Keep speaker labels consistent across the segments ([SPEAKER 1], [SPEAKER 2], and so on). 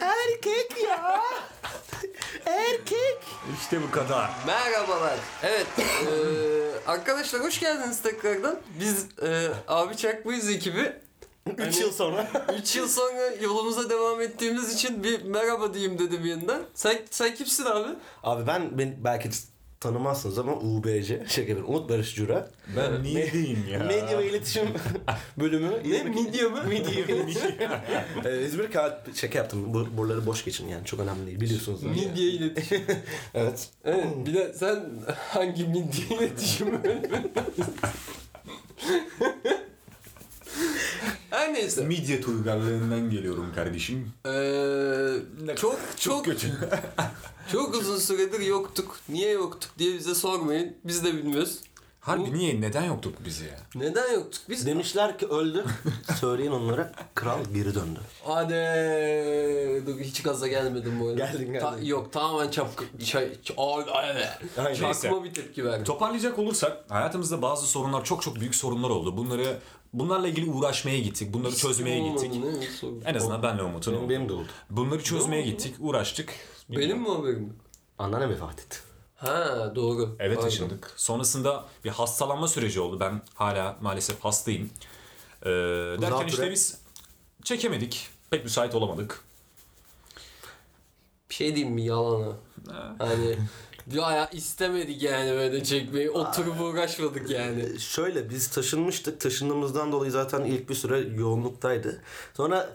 [SPEAKER 1] Erkek ya. Erkek.
[SPEAKER 2] İşte bu kadar.
[SPEAKER 3] Merhabalar. Evet. eee, arkadaşlar hoş geldiniz tekrardan. Biz eee, Abi Çakmıyız ekibi.
[SPEAKER 1] 3 yıl sonra.
[SPEAKER 3] 3 yıl sonra yolumuza devam ettiğimiz için bir merhaba diyeyim dedim yeniden. Sen, sen kimsin abi?
[SPEAKER 1] Abi ben, ben belki tanımazsınız ama UBC şaka yapıyorum. Umut Barış Cura.
[SPEAKER 2] Ben niye diyeyim ya?
[SPEAKER 1] Medya ve iletişim bölümü.
[SPEAKER 3] Ne? Midye mi?
[SPEAKER 1] Medya ve iletişim. Ee, İzmir kağıt şaka yaptım. Bu, buraları boş geçin yani çok önemli değil biliyorsunuz. zaten.
[SPEAKER 3] Midye iletişim.
[SPEAKER 1] Evet.
[SPEAKER 3] Evet bir de sen hangi midye iletişimi? Her neyse.
[SPEAKER 2] Midye uygarlığından geliyorum kardeşim.
[SPEAKER 3] Eee, çok çok
[SPEAKER 2] kötü.
[SPEAKER 3] çok uzun süredir yoktuk. Niye yoktuk diye bize sormayın. Biz de bilmiyoruz.
[SPEAKER 2] Harbi niye? Neden yoktuk biz ya?
[SPEAKER 3] Neden yoktuk biz?
[SPEAKER 1] Demişler ki öldü. Söyleyin onlara kral geri döndü.
[SPEAKER 3] Hadi dur, hiç gaza gelmedim bu arada.
[SPEAKER 1] Geldin, geldin.
[SPEAKER 3] Ta- yok tamamen şey, çapkı çay, çay,
[SPEAKER 1] Aynen.
[SPEAKER 3] çakma bir tepki verdim.
[SPEAKER 2] Toparlayacak olursak hayatımızda bazı sorunlar çok çok büyük sorunlar oldu. Bunları bunlarla ilgili uğraşmaya gittik. Bunları çözmeye
[SPEAKER 3] Olmadı,
[SPEAKER 2] gittik.
[SPEAKER 3] ne? Hiç sorun.
[SPEAKER 2] En azından benle Umut'un.
[SPEAKER 1] Benim,
[SPEAKER 2] oldu.
[SPEAKER 1] benim de oldu.
[SPEAKER 2] Bunları çözmeye gittik, uğraştık.
[SPEAKER 3] Benim mi haberim? yok?
[SPEAKER 1] Anneannem vefat etti.
[SPEAKER 3] Ha doğru.
[SPEAKER 2] Eve
[SPEAKER 3] Pardon.
[SPEAKER 2] taşındık. Sonrasında bir hastalanma süreci oldu. Ben hala maalesef hastayım. Ee, derken
[SPEAKER 1] Zatüre.
[SPEAKER 2] işte biz çekemedik. Pek müsait olamadık.
[SPEAKER 3] Bir şey diyeyim mi yalanı? Hani ya istemedik yani böyle çekmeyi. Oturup uğraşmadık yani.
[SPEAKER 1] E, Şöyle biz taşınmıştık. Taşındığımızdan dolayı zaten ilk bir süre yoğunluktaydı. Sonra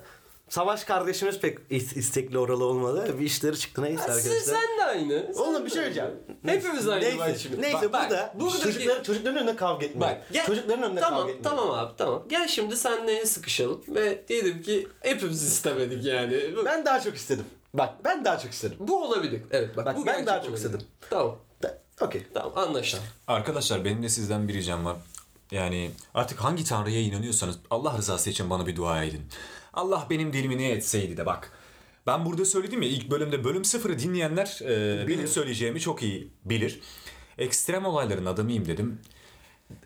[SPEAKER 1] Savaş kardeşimiz pek is- istekli oralı olmadı. Bir işleri çıktı neyse arkadaşlar.
[SPEAKER 3] Siz sen de aynı. Sen
[SPEAKER 1] Oğlum
[SPEAKER 3] de
[SPEAKER 1] bir şey
[SPEAKER 3] aynı.
[SPEAKER 1] diyeceğim.
[SPEAKER 3] Hepimiz aynı.
[SPEAKER 1] Neyse,
[SPEAKER 3] bak şimdi.
[SPEAKER 1] neyse
[SPEAKER 3] Bak,
[SPEAKER 1] burada,
[SPEAKER 3] bak, buradaki-
[SPEAKER 1] çocuklar, çocukların önünde kavga etmeyin.
[SPEAKER 3] Bak, gel-
[SPEAKER 1] Çocukların önünde
[SPEAKER 3] Tamam
[SPEAKER 1] kavga etmeyin.
[SPEAKER 3] tamam abi tamam. Gel şimdi senle sıkışalım ve diyelim ki hepimiz istemedik yani. Bu-
[SPEAKER 1] Ben daha çok istedim. Bak ben daha çok istedim.
[SPEAKER 3] Bu olabilir. Evet bak,
[SPEAKER 1] Bak, ben
[SPEAKER 3] bu gerçek
[SPEAKER 1] daha çok
[SPEAKER 3] olabilir.
[SPEAKER 1] istedim.
[SPEAKER 3] Tamam.
[SPEAKER 1] Ben- Okey.
[SPEAKER 3] Tamam anlaştık.
[SPEAKER 2] Arkadaşlar benim de sizden bir ricam var. Yani artık hangi tanrıya inanıyorsanız Allah rızası için bana bir dua edin. Allah benim dilimi ne etseydi de bak. Ben burada söyledim ya ilk bölümde bölüm sıfırı dinleyenler e, benim söyleyeceğimi çok iyi bilir. Ekstrem olayların adamıyım dedim.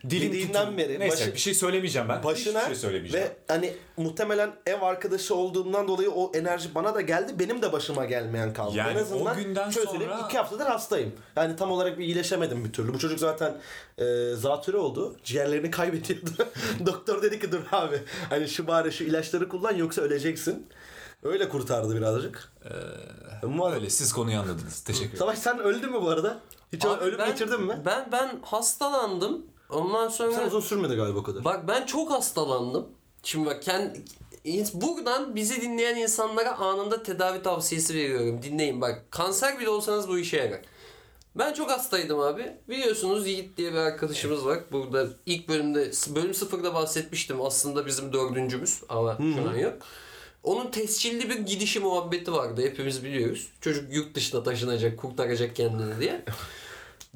[SPEAKER 2] Dilim
[SPEAKER 1] Dediğinden
[SPEAKER 2] tutun-
[SPEAKER 1] beri
[SPEAKER 2] Neyse
[SPEAKER 1] başı-
[SPEAKER 2] bir şey söylemeyeceğim ben.
[SPEAKER 1] Başına
[SPEAKER 2] Hiçbir şey söylemeyeceğim.
[SPEAKER 1] ve hani muhtemelen ev arkadaşı olduğumdan dolayı o enerji bana da geldi. Benim de başıma gelmeyen kaldı.
[SPEAKER 2] Yani
[SPEAKER 1] en azından
[SPEAKER 2] o günden
[SPEAKER 1] çözülüp
[SPEAKER 2] sonra-
[SPEAKER 1] iki haftadır hastayım. Yani tam olarak bir iyileşemedim bir türlü. Bu çocuk zaten e, zatürre oldu. Ciğerlerini kaybediyordu. Doktor dedi ki dur abi hani şu bari şu ilaçları kullan yoksa öleceksin. Öyle kurtardı birazcık. Umarım.
[SPEAKER 2] Ee, Öyle siz konuyu anladınız. Teşekkür ederim.
[SPEAKER 1] Savaş sen öldün mü bu arada? Hiç
[SPEAKER 3] Abi
[SPEAKER 1] ölüm
[SPEAKER 3] ben-
[SPEAKER 1] geçirdin mi?
[SPEAKER 3] Ben ben hastalandım. Ondan sonra
[SPEAKER 1] Sen uzun sürmedi galiba o kadar.
[SPEAKER 3] Bak ben çok hastalandım. Şimdi bak kendi buradan bizi dinleyen insanlara anında tedavi tavsiyesi veriyorum. Dinleyin bak. Kanser bile olsanız bu işe yarar. Ben çok hastaydım abi. Biliyorsunuz Yiğit diye bir arkadaşımız var. Burada ilk bölümde bölüm sıfırda bahsetmiştim. Aslında bizim dördüncümüz ama şu an yok. Onun tescilli bir gidişi muhabbeti vardı. Hepimiz biliyoruz. Çocuk yurt dışına taşınacak, kurtaracak kendini diye.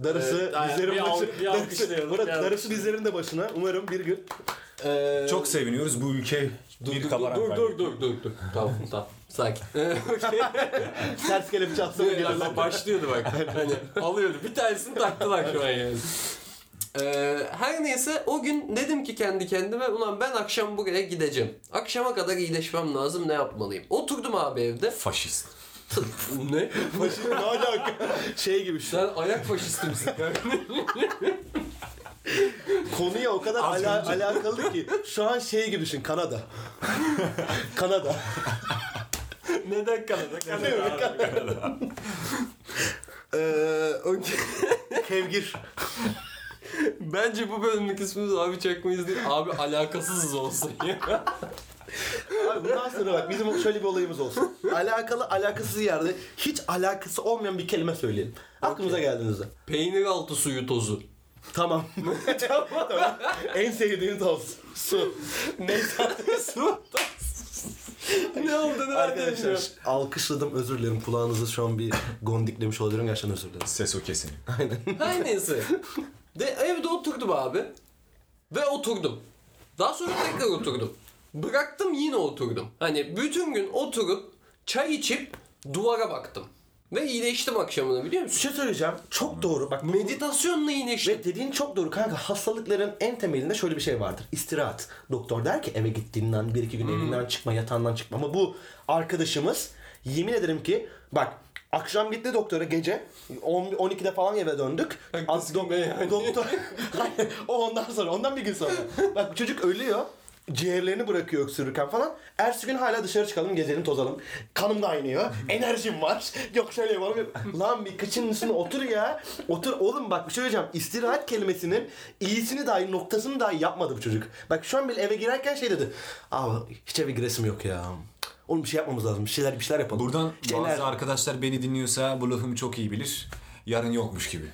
[SPEAKER 1] Darısı
[SPEAKER 3] Evet, aynen.
[SPEAKER 1] dizlerin
[SPEAKER 3] Bir al-
[SPEAKER 1] başı.
[SPEAKER 3] bir
[SPEAKER 1] darısı,
[SPEAKER 3] alkışlayalım,
[SPEAKER 1] Murat,
[SPEAKER 3] bir alkışlayalım.
[SPEAKER 1] darısı dizlerin de başına. Umarım bir gün. Ee,
[SPEAKER 2] Çok seviniyoruz bu ülke bir kabaran
[SPEAKER 3] dur,
[SPEAKER 2] kaybetti.
[SPEAKER 3] dur, dur, dur, dur. Tamam, tamam. Sakin.
[SPEAKER 1] ters kelepçe atsam
[SPEAKER 3] Evet,
[SPEAKER 1] gelirler.
[SPEAKER 3] bak başlıyordu bak. hani alıyordu. Bir tanesini taktılar şu an yani. Ee, her neyse o gün dedim ki kendi kendime ulan ben akşam buraya gideceğim. Akşama kadar iyileşmem lazım ne yapmalıyım? Oturdum abi evde.
[SPEAKER 2] Faşist.
[SPEAKER 3] ne?
[SPEAKER 1] Başına ne alaka? Şey gibi şu.
[SPEAKER 3] Sen ayak faşisti misin?
[SPEAKER 1] Konuya o kadar
[SPEAKER 2] Az
[SPEAKER 1] ala-
[SPEAKER 2] önce.
[SPEAKER 1] alakalı ki. Şu an şey gibi düşün. Kanada. Kanada.
[SPEAKER 3] Neden Kanada?
[SPEAKER 1] Ee, önce Kevgir.
[SPEAKER 3] Bence bu bölümlük ismimiz abi çakmayız değil. Abi alakasızız olsun ya.
[SPEAKER 1] Abi bundan sonra bak bizim şöyle bir olayımız olsun. Alakalı alakasız yerde hiç alakası olmayan bir kelime söyleyelim. Aklımıza geldiğinizde.
[SPEAKER 3] Peynir altı suyu tozu.
[SPEAKER 1] Tamam. tamam tamam. En sevdiğiniz olsun. Su. Neyse.
[SPEAKER 3] Su ne oldu ne
[SPEAKER 1] Arkadaşlar alkışladım özür dilerim. Kulağınızı şu an bir gondiklemiş olabilirim. Gerçekten özür dilerim.
[SPEAKER 2] Ses o kesin.
[SPEAKER 3] Her neyse. De, evde oturdum abi. Ve oturdum. Daha sonra tekrar oturdum. Bıraktım yine oturdum. Hani bütün gün oturup çay içip duvara baktım. Ve iyileştim akşamını biliyor
[SPEAKER 1] Bir
[SPEAKER 3] musun?
[SPEAKER 1] şey söyleyeceğim. Çok doğru. Bak medit
[SPEAKER 3] Meditasyonla iyileştim.
[SPEAKER 1] Ve dediğin çok doğru kanka. Hastalıkların en temelinde şöyle bir şey vardır. İstirahat. Doktor der ki eve gittiğinden bir iki gün evinden çıkma, yatağından çıkma. Ama bu arkadaşımız yemin ederim ki bak akşam gitti doktora gece 10 12'de falan eve döndük. Az do- doktor Hayır, o ondan sonra ondan bir gün sonra. bak çocuk ölüyor. Ciğerlerini bırakıyor öksürürken falan. Ertesi gün hala dışarı çıkalım, gezelim, tozalım. Kanım da aynıyor. Enerjim var. Yok şöyle yapalım. yok- Lan bir kıçın üstüne otur ya. Otur oğlum bak bir şey söyleyeceğim. İstirahat kelimesinin iyisini dahi noktasını dahi yapmadı bu çocuk. Bak şu an bile eve girerken şey dedi. Abi hiç eve giresim yok ya. Oğlum bir şey yapmamız lazım. Bir şeyler bir şeyler yapalım.
[SPEAKER 2] Buradan
[SPEAKER 1] İşte
[SPEAKER 2] bazı
[SPEAKER 1] enerji-
[SPEAKER 2] arkadaşlar beni dinliyorsa bu lafımı çok iyi bilir. Yarın yokmuş gibi.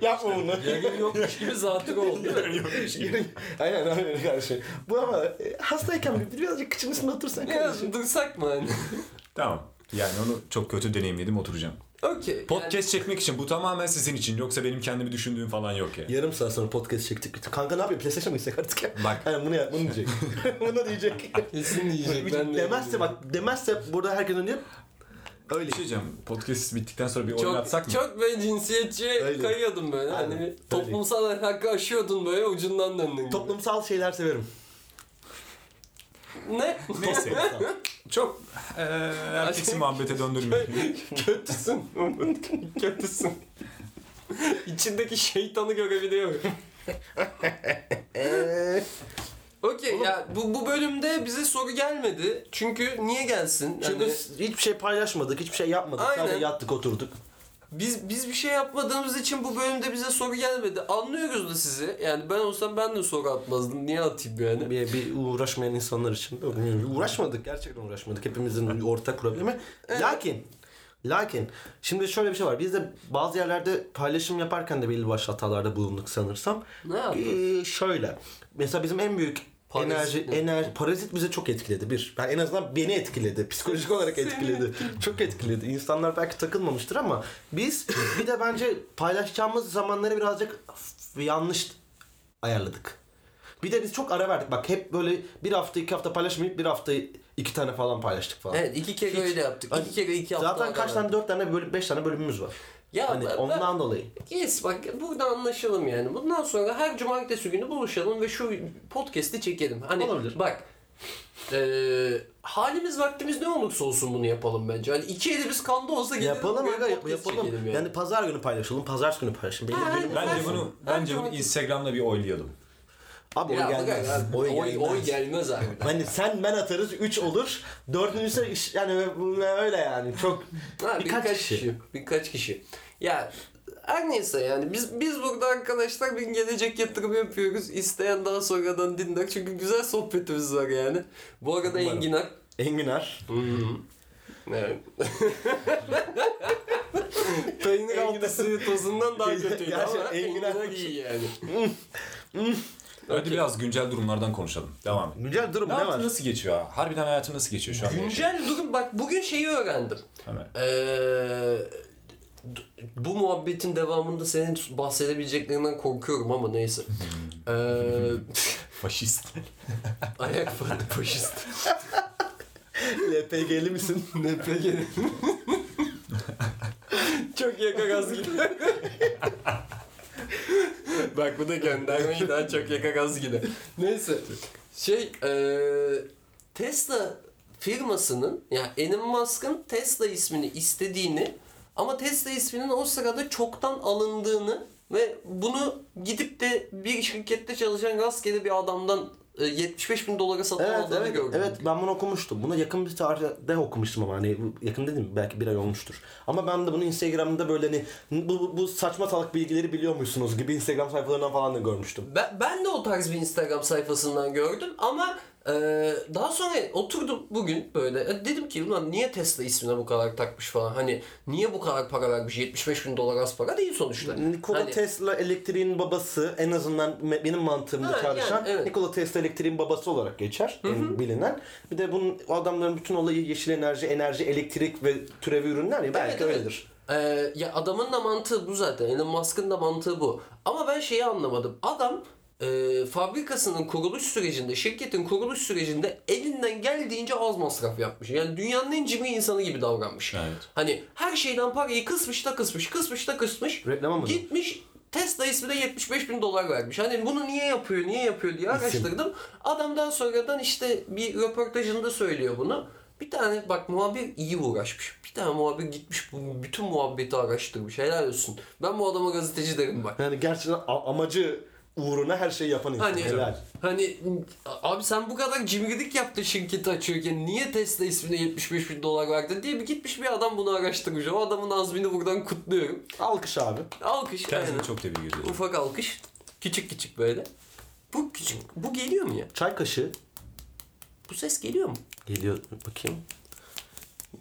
[SPEAKER 1] Yapma bunu.
[SPEAKER 3] Yarın yokmuş gibi zatürre oldu.
[SPEAKER 1] Yarın- aynen aynen öyle her şey. Bu ama e, hastayken bir- birazcık kıçın üstüne otursan kardeşim.
[SPEAKER 3] Ya dursak mı hani?
[SPEAKER 2] tamam. Yani onu çok kötü deneyimledim oturacağım.
[SPEAKER 3] Okey.
[SPEAKER 2] Podcast çekmek için bu tamamen sizin için. Yoksa benim kendimi düşündüğüm falan yok ya.
[SPEAKER 1] Yarım saat sonra podcast çektik. Kanka ne yapayım? PlayStation mı gitsek artık ya?
[SPEAKER 2] Bak.
[SPEAKER 1] Aynen bunu yap, bunu diyecek. bunu diyecek.
[SPEAKER 3] Kesin diyecek. Ben de
[SPEAKER 1] demezse bak, demezse burada herkes önce
[SPEAKER 2] Öyle. Bir şey diyeceğim. Podcast bittikten sonra bir oyun atsak
[SPEAKER 3] Çok,
[SPEAKER 2] mı?
[SPEAKER 3] çok ben cinsiyetçi
[SPEAKER 1] Öyle.
[SPEAKER 3] kayıyordum böyle.
[SPEAKER 1] Aynen.
[SPEAKER 3] Hani bir
[SPEAKER 1] Öyle.
[SPEAKER 3] toplumsal ahlakı aşıyordun böyle ucundan döndün. gibi.
[SPEAKER 1] toplumsal şeyler severim.
[SPEAKER 3] ne?
[SPEAKER 2] Neyse. çok eee herkesi muhabbete döndürmeyin.
[SPEAKER 3] Kötüsün. Kötüsün. İçindeki şeytanı görebiliyor. Okey ya bu, bu bölümde bize soru gelmedi. Çünkü niye gelsin?
[SPEAKER 1] Çünkü
[SPEAKER 3] Yani
[SPEAKER 1] hiçbir şey paylaşmadık, hiçbir şey yapmadık.
[SPEAKER 3] Aynen.
[SPEAKER 1] Sadece yattık, oturduk.
[SPEAKER 3] biz biz bir şey yapmadığımız için bu bölümde bize soru gelmedi. Anlıyoruz da sizi. Yani ben olsam ben de soru atmazdım. Niye atayım yani?
[SPEAKER 1] Bir, bir uğraşmayan insanlar için. Uğraşmadık, gerçekten uğraşmadık. Hepimizin ortak problemi. Lakin, lakin şimdi şöyle bir şey var. Biz de bazı yerlerde paylaşım yaparken de belli başlı hatalarda bulunduk sanırsam.
[SPEAKER 3] Ne yaptın?
[SPEAKER 1] Ee, şöyle. Mesela bizim en büyük
[SPEAKER 3] Parazit
[SPEAKER 1] enerji,
[SPEAKER 3] mi?
[SPEAKER 1] enerji, parazit bize çok etkiledi. Bir, ben en azından beni etkiledi. Psikolojik olarak etkiledi. çok etkiledi. İnsanlar belki takılmamıştır ama biz bir de bence paylaşacağımız zamanları birazcık yanlış ayarladık. Bir de biz çok ara verdik. Bak hep böyle bir hafta iki hafta paylaşmayıp bir hafta iki tane falan paylaştık falan. Hani
[SPEAKER 3] Evet iki kere öyle yaptık. İki kere iki hafta.
[SPEAKER 1] Zaten kaç tane dört tane bölüm beş tane bölümümüz var.
[SPEAKER 3] Ya
[SPEAKER 1] hani
[SPEAKER 3] ben-
[SPEAKER 1] ondan dolayı.
[SPEAKER 3] Yes bak burada anlaşalım yani. Bundan sonra her cumartesi günü buluşalım ve şu podcast'i çekelim. Hani
[SPEAKER 1] Olabilir.
[SPEAKER 3] bak eee, halimiz vaktimiz ne olursa olsun bunu yapalım bence. Hani iki elimiz kanda olsa gidelim.
[SPEAKER 1] Yapalım
[SPEAKER 3] böyle
[SPEAKER 1] aga yap-
[SPEAKER 3] podcast
[SPEAKER 1] yapalım.
[SPEAKER 3] çekelim
[SPEAKER 1] Yani. pazar günü paylaşalım, pazar günü paylaşalım. Benim,
[SPEAKER 3] Ha,
[SPEAKER 1] benim-
[SPEAKER 2] Bence bunu bence bunu Instagram'da bir oylayalım.
[SPEAKER 1] Abi
[SPEAKER 3] Ya,
[SPEAKER 1] oy
[SPEAKER 3] bak,
[SPEAKER 1] gelmez.
[SPEAKER 3] Oy,
[SPEAKER 1] Oy
[SPEAKER 3] oy,
[SPEAKER 1] gelmez.
[SPEAKER 3] gelmez abi.
[SPEAKER 1] Hani sen ben atarız 3 olur. Dördüncüsü iş- yani öyle yani çok
[SPEAKER 3] Ha, birkaç,
[SPEAKER 1] birkaç
[SPEAKER 3] kişi.
[SPEAKER 1] kişi.
[SPEAKER 3] Birkaç kişi. Ya her neyse yani biz biz burada arkadaşlar bir gelecek yatırımı yapıyoruz. İsteyen daha sonradan dinler. Çünkü güzel sohbetimiz var yani. Bu arada
[SPEAKER 1] Umarım.
[SPEAKER 3] Engin Ak
[SPEAKER 1] Enginar.
[SPEAKER 3] Evet. Peynir altısının tozundan daha kötüydü ama
[SPEAKER 1] Gerçekten enginar-
[SPEAKER 3] enginar iyi yani.
[SPEAKER 2] Hadi biraz güncel durumlardan konuşalım. Devam et.
[SPEAKER 1] Güncel durum
[SPEAKER 2] Ne
[SPEAKER 1] ne, var?
[SPEAKER 2] hayatın nasıl geçiyor? ha? Harbiden hayatın nasıl geçiyor şu an?
[SPEAKER 3] Güncel durum bak bugün şeyi öğrendim.
[SPEAKER 2] Hemen.
[SPEAKER 3] Ee, d- bu muhabbetin devamında senin bahsedebileceklerinden korkuyorum ama neyse. Ee,
[SPEAKER 2] Faşist.
[SPEAKER 3] ayak fırını faşist.
[SPEAKER 1] LPG'li misin? LPG'li.
[SPEAKER 3] Çok yaka gaz gider. Bak bu da göndermeyi daha çok yaka gaz gider. Neyse. Şey eee Tesla firmasının yani Elon Musk'ın Tesla ismini istediğini ama Tesla isminin o sırada çoktan alındığını ve bunu gidip de bir şirkette çalışan rastgele bir adamdan e, 75 bin dolara satın
[SPEAKER 1] Evet
[SPEAKER 3] aldığını
[SPEAKER 1] evet
[SPEAKER 3] gördüm.
[SPEAKER 1] evet ben bunu okumuştum. Buna yakın bir tarihte okumuştum ama hani bu- yakın dedim belki bir ay olmuştur. Ama ben de bunu Instagram'da böyle hani bu, bu, bu saçma salak bilgileri biliyor musunuz gibi Instagram sayfalarından falan da görmüştüm.
[SPEAKER 3] Ben, ben de o tarz bir Instagram sayfasından gördüm ama e, daha sonra oturdum bugün böyle E, dedim ki ulan niye Tesla ismine bu kadar takmış falan hani niye bu kadar para vermiş 75 bin dolar az para değil sonuçta.
[SPEAKER 1] Nikola
[SPEAKER 3] Hani-
[SPEAKER 1] Tesla elektriğin babası en azından me- benim mantığımda
[SPEAKER 3] Ha,
[SPEAKER 1] çalışan
[SPEAKER 3] yani, evet.
[SPEAKER 1] Nikola Tesla elektriğin babası olarak geçer. en bilinen. Bir de bunun o adamların bütün olayı yeşil enerji, enerji, elektrik ve türevi ürünler ya belki
[SPEAKER 3] Evet, evet.
[SPEAKER 1] öyledir.
[SPEAKER 3] Ee, ya adamın da mantığı bu zaten. Elon Musk'ın da mantığı bu. Ama ben şeyi anlamadım. Adam e, fabrikasının kuruluş sürecinde, şirketin kuruluş sürecinde elinden geldiğince az masraf yapmış. Yani dünyanın en cimri insanı gibi davranmış.
[SPEAKER 2] Evet.
[SPEAKER 3] Hani her şeyden parayı kısmış da kısmış, kısmış da kısmış.
[SPEAKER 1] Reklama mı?
[SPEAKER 3] Gitmiş Tesla ismine 75 bin dolar vermiş. Hani bunu niye yapıyor, niye yapıyor diye araştırdım. Adamdan sonradan işte bir röportajında söylüyor bunu. Bir tane bak muhabir iyi uğraşmış. Bir tane muhabir gitmiş bu bütün muhabbeti araştırmış. Helal olsun. Ben bu adama gazeteci derim bak.
[SPEAKER 1] Yani gerçekten a- amacı uğruna her şeyi yapan insan.
[SPEAKER 3] Hani,
[SPEAKER 1] Helal.
[SPEAKER 3] hani abi sen bu kadar cimrilik yaptın şirketi açıyorken niye Tesla ismine 75 bin dolar verdin diye bir gitmiş bir adam bunu araştırmış. O adamın azmini buradan kutluyorum.
[SPEAKER 1] Alkış abi.
[SPEAKER 3] Alkış.
[SPEAKER 2] Kendisini
[SPEAKER 3] aynen.
[SPEAKER 2] çok tebrik ediyorum.
[SPEAKER 3] Ufak alkış. Küçük küçük böyle. Bu küçük. Bu geliyor mu ya?
[SPEAKER 1] Çay kaşığı.
[SPEAKER 3] Bu ses geliyor mu?
[SPEAKER 1] Geliyor bakayım.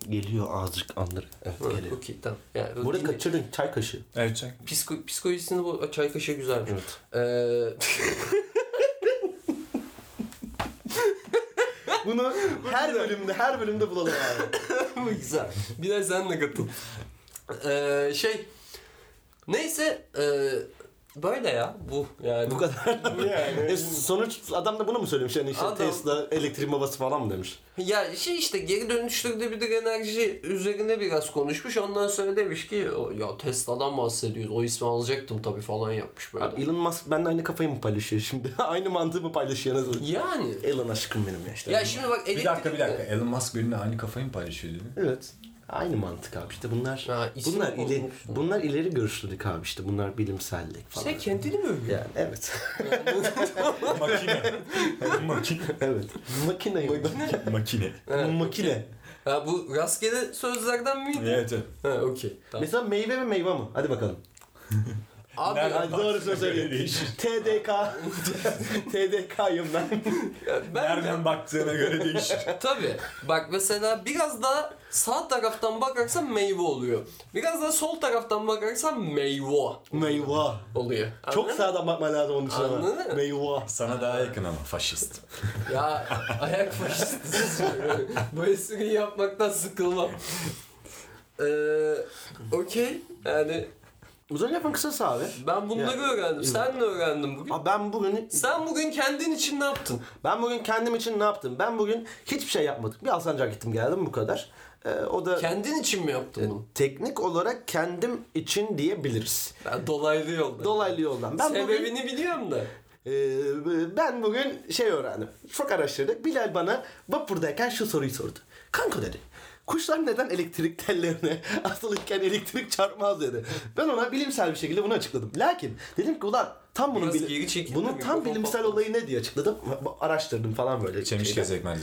[SPEAKER 1] Geliyor azıcık andır. Evet
[SPEAKER 3] Ha,
[SPEAKER 1] geliyor.
[SPEAKER 3] Okey tamam. Yani,
[SPEAKER 1] Burada
[SPEAKER 3] dinle-
[SPEAKER 1] kaçırdın çay kaşığı.
[SPEAKER 2] Evet çak.
[SPEAKER 3] Psiko, psikolojisini bu çay kaşığı güzelmiş. Ee,
[SPEAKER 1] Bunu her bölümde her bölümde bulalım abi.
[SPEAKER 3] Ee, Bu güzel. Bir de sen de katıl. Ee, şey neyse e, böyle ya bu yani.
[SPEAKER 1] Bu kadar. E, sonuç adam da bunu mu söylemiş? Yani işte
[SPEAKER 3] Adam-
[SPEAKER 1] Tesla elektriğin babası falan mı demiş?
[SPEAKER 3] Ya şey işte geri dönüştürülebilir enerji üzerine biraz konuşmuş. Ondan sonra demiş ki "O- ya Tesla'dan bahsediyoruz. O ismi alacaktım tabii falan yapmış böyle.
[SPEAKER 1] Elon Musk benimle aynı kafayı mı paylaşıyor şimdi? aynı mantığı mı paylaşıyor nasıl?
[SPEAKER 3] yani.
[SPEAKER 1] Elon aşkım benim ya işte.
[SPEAKER 3] Ya şimdi bak
[SPEAKER 2] e, Bir dakika bir dakika. Elon Musk benimle aynı kafayı mı paylaşıyor değil mi?
[SPEAKER 1] Evet. Aynı mantık abi işte bunlar
[SPEAKER 3] Ha, isim
[SPEAKER 1] bunlar ileri
[SPEAKER 3] konulmuş.
[SPEAKER 1] bunlar ileri görüşlülük abi işte bunlar bilimsellik falan.
[SPEAKER 3] Sen kendini mi övüyorsun?
[SPEAKER 1] Yani evet.
[SPEAKER 2] Makine. Makine.
[SPEAKER 1] evet. Makine. Makine.
[SPEAKER 2] Makine.
[SPEAKER 1] Makine.
[SPEAKER 3] Ha bu rastgele sözlerden miydi?
[SPEAKER 2] Evet. evet.
[SPEAKER 3] Ha okey. Tamam.
[SPEAKER 1] Mesela meyve mi meyve mi? Hadi bakalım.
[SPEAKER 3] Abi
[SPEAKER 2] Nereden-
[SPEAKER 1] Hadi doğrusunu söyleyeyim. TDK. TDK'yım ben.
[SPEAKER 3] ya ben
[SPEAKER 2] Nereden baktığına göre değişir.
[SPEAKER 3] Tabii. Bak mesela biraz daha sağ taraftan bakarsan meyve oluyor. Biraz daha sol taraftan bakarsan meyve
[SPEAKER 1] Meyve.
[SPEAKER 3] oluyor.
[SPEAKER 1] Çok
[SPEAKER 3] Anladın?
[SPEAKER 1] sağdan bakman lazım onun için ama.
[SPEAKER 3] Anladın mı?
[SPEAKER 1] Meyve.
[SPEAKER 2] Sana daha yakın ama faşist.
[SPEAKER 3] Ya ayak faşistisin. Bu espriyi yapmaktan sıkılmam. Ee, Okey. Yani
[SPEAKER 1] Uzun lafın kısası abi.
[SPEAKER 3] ben bunları
[SPEAKER 1] Ya,
[SPEAKER 3] öğrendim. Sen ne öğrendin bugün?
[SPEAKER 1] Abi ben bugün
[SPEAKER 3] Sen bugün kendin için ne yaptın?
[SPEAKER 1] ben bugün kendim için ne yaptım? Ben bugün hiçbir şey yapmadım. Bir Alsancak gittim geldim bu kadar. Ee, o da
[SPEAKER 3] Kendin için mi yaptın bunu?
[SPEAKER 1] teknik olarak kendim için diyebiliriz.
[SPEAKER 3] Ben dolaylı yolda.
[SPEAKER 1] Dolaylı yoldan. Ben bugün
[SPEAKER 3] Sebebini biliyorum da.
[SPEAKER 1] Ee, ben bugün şey öğrendim. Çok araştırdık. Bilal bana vapurdayken şu soruyu sordu. Kanka dedi. Kuşlar neden elektrik tellerine asılırken elektrik çarpmaz dedi. Ben ona bilimsel bir şekilde bunu açıkladım. Lakin dedim ki ulan tam bunun
[SPEAKER 3] Biraz
[SPEAKER 1] bili-
[SPEAKER 3] geri çekil de
[SPEAKER 1] bunun
[SPEAKER 3] mikrofon
[SPEAKER 1] tam bilimsel
[SPEAKER 3] patlasın."
[SPEAKER 1] olayı ne diye açıkladım. Va- Araştırdım falan böyle.
[SPEAKER 2] Çemişke
[SPEAKER 1] şeyler.
[SPEAKER 2] zekmez.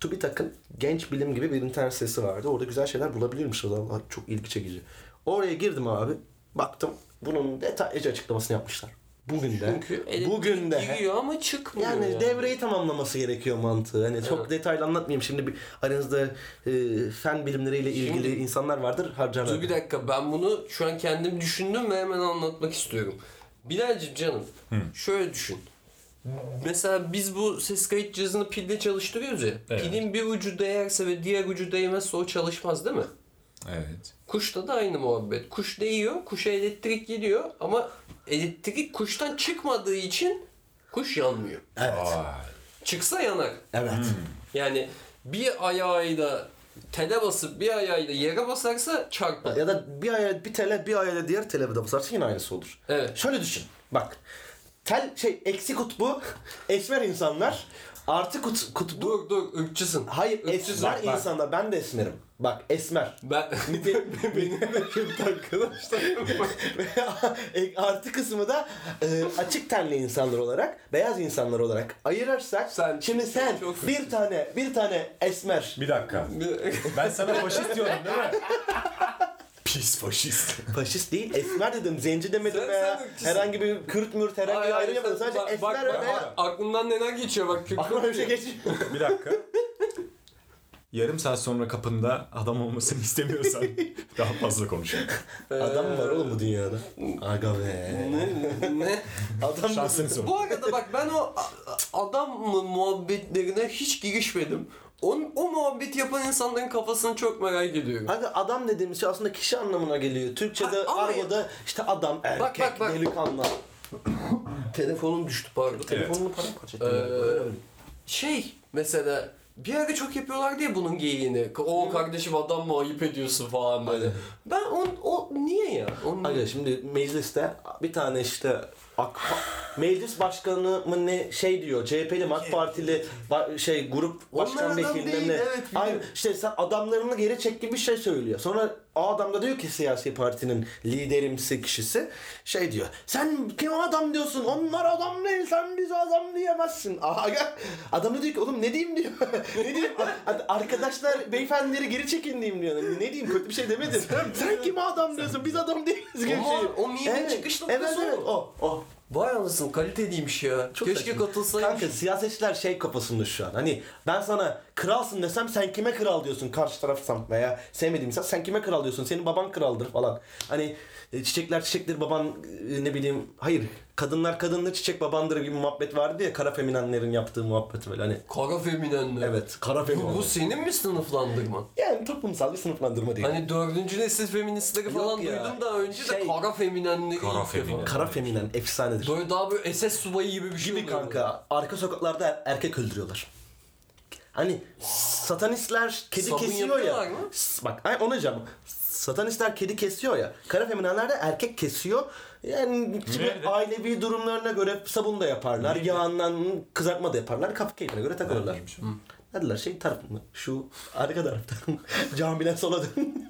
[SPEAKER 1] TÜBİTAK'ın Genç Bilim gibi bir internet sitesi vardı. Orada güzel şeyler bulabilirmiş. O zaman çok ilgi çekici. Oraya girdim abi. Baktım. Bunun detaylıca açıklamasını yapmışlar. Bugün de.
[SPEAKER 3] Çünkü elektrik
[SPEAKER 1] bugün de.
[SPEAKER 3] giriyor ama çıkmıyor.
[SPEAKER 1] Yani devreyi tamamlaması gerekiyor mantığı. Hani çok detaylı anlatmayayım. Şimdi bir aranızda e, fen bilimleriyle ilgili insanlar vardır harcarlar.
[SPEAKER 3] Dur bir dakika ben bunu şu an kendim düşündüm ve hemen anlatmak istiyorum. Bilal'cim canım şöyle düşün. Mesela biz bu ses kayıt cihazını pille çalıştırıyoruz ya.
[SPEAKER 2] Evet.
[SPEAKER 3] Pilin bir ucu değerse ve diğer ucu değmezse o çalışmaz değil mi?
[SPEAKER 2] Evet.
[SPEAKER 3] Kuşta da aynı muhabbet. Kuş değiyor, kuşa elektrik gidiyor ama elektrik kuştan çıkmadığı için kuş yanmıyor.
[SPEAKER 1] Evet.
[SPEAKER 2] Aa,
[SPEAKER 3] Çıksa yanar.
[SPEAKER 1] Evet.
[SPEAKER 3] Yani bir ayağıyla tele basıp bir ayağıyla yere basarsa çarpar.
[SPEAKER 1] Ya da bir aya bir tele bir aya da diğer tele de basarsın yine aynısı olur.
[SPEAKER 3] Evet.
[SPEAKER 1] Şöyle düşün. Bak. Tel şey eksi kutbu esmer insanlar artı kut, kutbu
[SPEAKER 3] Dur dur ırkçısın.
[SPEAKER 1] Hayır
[SPEAKER 3] Öpücük
[SPEAKER 1] esmer
[SPEAKER 3] bak, bak.
[SPEAKER 1] insanlar ben de esmerim. Bak esmer.
[SPEAKER 3] Ben
[SPEAKER 1] Benim de kötü arkadaşlarım var. Ve Artı kısmı da e, açık tenli insanlar olarak, beyaz insanlar olarak ayırırsak
[SPEAKER 3] Sen-
[SPEAKER 1] şimdi sen
[SPEAKER 3] çok kötü.
[SPEAKER 1] bir tane bir tane esmer
[SPEAKER 2] bir dakika. Ben sana faşist diyorum değil mi? Pis faşist.
[SPEAKER 1] faşist değil esmer dedim zenci demedim
[SPEAKER 3] Sen-
[SPEAKER 1] veya
[SPEAKER 3] sen ırkçısın.
[SPEAKER 1] herhangi bir kırt mürt herhangi bir ayrım yapmadım sadece
[SPEAKER 3] bak,
[SPEAKER 1] esmer
[SPEAKER 3] bak, bak,
[SPEAKER 1] veya
[SPEAKER 3] aklımdan neler geçiyor bak kürkü.
[SPEAKER 1] aklıma bir şey geçmiyor.
[SPEAKER 2] Bir dakika. Yarım saat sonra kapında adam olmasını istemiyorsan daha fazla konuşalım.
[SPEAKER 1] Adam mı var oğlum bu dünyada? Aga be.
[SPEAKER 3] Ee, Ne? ne?
[SPEAKER 1] Adam mı?
[SPEAKER 2] Şansın son.
[SPEAKER 3] Bu arada bak ben o a- a- adam mı muhabbetlerine hiç girişmedim. On, o muhabbet yapan insanların kafasını çok merak ediyorum.
[SPEAKER 1] Kanka adam dediğimiz şey aslında kişi anlamına geliyor. Türkçe'de,
[SPEAKER 3] Ha, ama-
[SPEAKER 1] argoda işte adam, erkek,
[SPEAKER 3] bak, bak.
[SPEAKER 1] delikanlı. Telefonum düştü.
[SPEAKER 3] Pardon.
[SPEAKER 1] Telefonumu paramparça ettim.
[SPEAKER 3] Ee,
[SPEAKER 1] Öyle mi?
[SPEAKER 3] Şey mesela bir ara çok yapıyorlar diye bunun geyiğini. O kardeşim adam mı ayıp ediyorsun falan böyle. Ben on, o niye ya? Onun
[SPEAKER 1] Aga şimdi mecliste bir tane işte AK Pa- meclis başkanı mı ne şey diyor CHP'li mi, AK Partili ba- şey grup başkan
[SPEAKER 3] Onlar adam
[SPEAKER 1] vekilinden
[SPEAKER 3] değil,
[SPEAKER 1] ne
[SPEAKER 3] evet, biliyorum.
[SPEAKER 1] Hayır, işte sen adamlarını geri çek gibi bir şey söylüyor. Sonra o adam da diyor ki siyasi partinin liderimsi kişisi şey diyor. Sen kim adam diyorsun? Onlar adam değil. Sen bize adam diyemezsin. Aga adam da diyor ki oğlum ne diyeyim diyor. ne diyeyim? A- Arkadaşlar beyefendileri geri çekin diyeyim diyor. Ne diyeyim? Kötü bir şey demedim. sen kime adam diyorsun? Biz adam değiliz gibi bir şey.
[SPEAKER 3] Oha, o mimin çıkış noktası
[SPEAKER 1] evet,
[SPEAKER 3] o.
[SPEAKER 1] evet, o. o.
[SPEAKER 3] Vay anasın kaliteliymiş ya.
[SPEAKER 1] Çok
[SPEAKER 3] Keşke
[SPEAKER 1] saçma.
[SPEAKER 3] katılsaymış.
[SPEAKER 1] Kanka siyasetçiler şey kafasında şu an. Hani ben sana kralsın desem sen kime kral diyorsun karşı tarafsam veya sevmediğim insan sen kime kral diyorsun? Senin baban kraldır falan. Hani e, çiçekler çiçektir baban e, ne bileyim hayır kadınlar kadındır çiçek babandır gibi muhabbet vardı ya kara feminenlerin yaptığı muhabbet böyle hani
[SPEAKER 3] Kara feminenler.
[SPEAKER 1] evet kara feminen.
[SPEAKER 3] Bu senin mi sınıflandırman?
[SPEAKER 1] Yani toplumsal bir sınıflandırma değil.
[SPEAKER 3] Hani dördüncü nesil feministleri falan
[SPEAKER 1] ya.
[SPEAKER 3] duydum daha önce de
[SPEAKER 1] Şey-
[SPEAKER 3] kara feminenleri
[SPEAKER 2] Kara
[SPEAKER 3] ilk defa.
[SPEAKER 2] feminen.
[SPEAKER 1] kara feminen efsanedir.
[SPEAKER 3] Böyle daha böyle SS subayı gibi bir şey
[SPEAKER 1] gibi
[SPEAKER 3] oluyor.
[SPEAKER 1] kanka. Arka sokaklarda er- erkek öldürüyorlar. Hani satanistler kedi
[SPEAKER 3] Sabun
[SPEAKER 1] kesiyor ya.
[SPEAKER 3] yapıyorlar mı?
[SPEAKER 1] S- Bak ay ona diyeceğim. Satanistler kedi kesiyor ya. Kara feminenler de erkek kesiyor. Yani gibi
[SPEAKER 2] Nerede?
[SPEAKER 1] ailevi durumlarına göre sabun da yaparlar. Yağından kızartma da yaparlar. Kap keyfine göre takılırlar. Dediler şey tarafını şu arka taraftan camiden sola dön.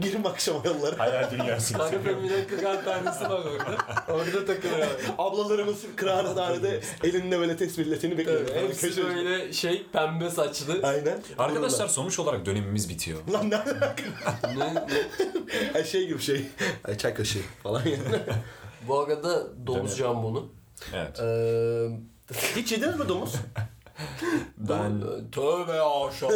[SPEAKER 1] Girin akşam yollara.
[SPEAKER 2] Hayal dünyası.
[SPEAKER 1] Şey-
[SPEAKER 3] Kara feminen kıraathanesi var orada. Orada takılır abi.
[SPEAKER 1] Ablalarımız kıraathanede elinde böyle tesbihletini bekliyor.
[SPEAKER 3] Evet, Hepsi böyle şey pembe saçlı.
[SPEAKER 1] Aynen.
[SPEAKER 2] Arkadaşlar sonuç olarak dönemimiz bitiyor.
[SPEAKER 1] Lan ne alaka?
[SPEAKER 3] Ne- ne-
[SPEAKER 1] Ay şey gibi şey. Ay çay kaşığı falan yani.
[SPEAKER 3] Bu arada domuz jambonu.
[SPEAKER 2] Evet.
[SPEAKER 3] Ee,
[SPEAKER 1] Hiç yediniz mi domuz?
[SPEAKER 2] Ben
[SPEAKER 3] e, Tövbe aşağı.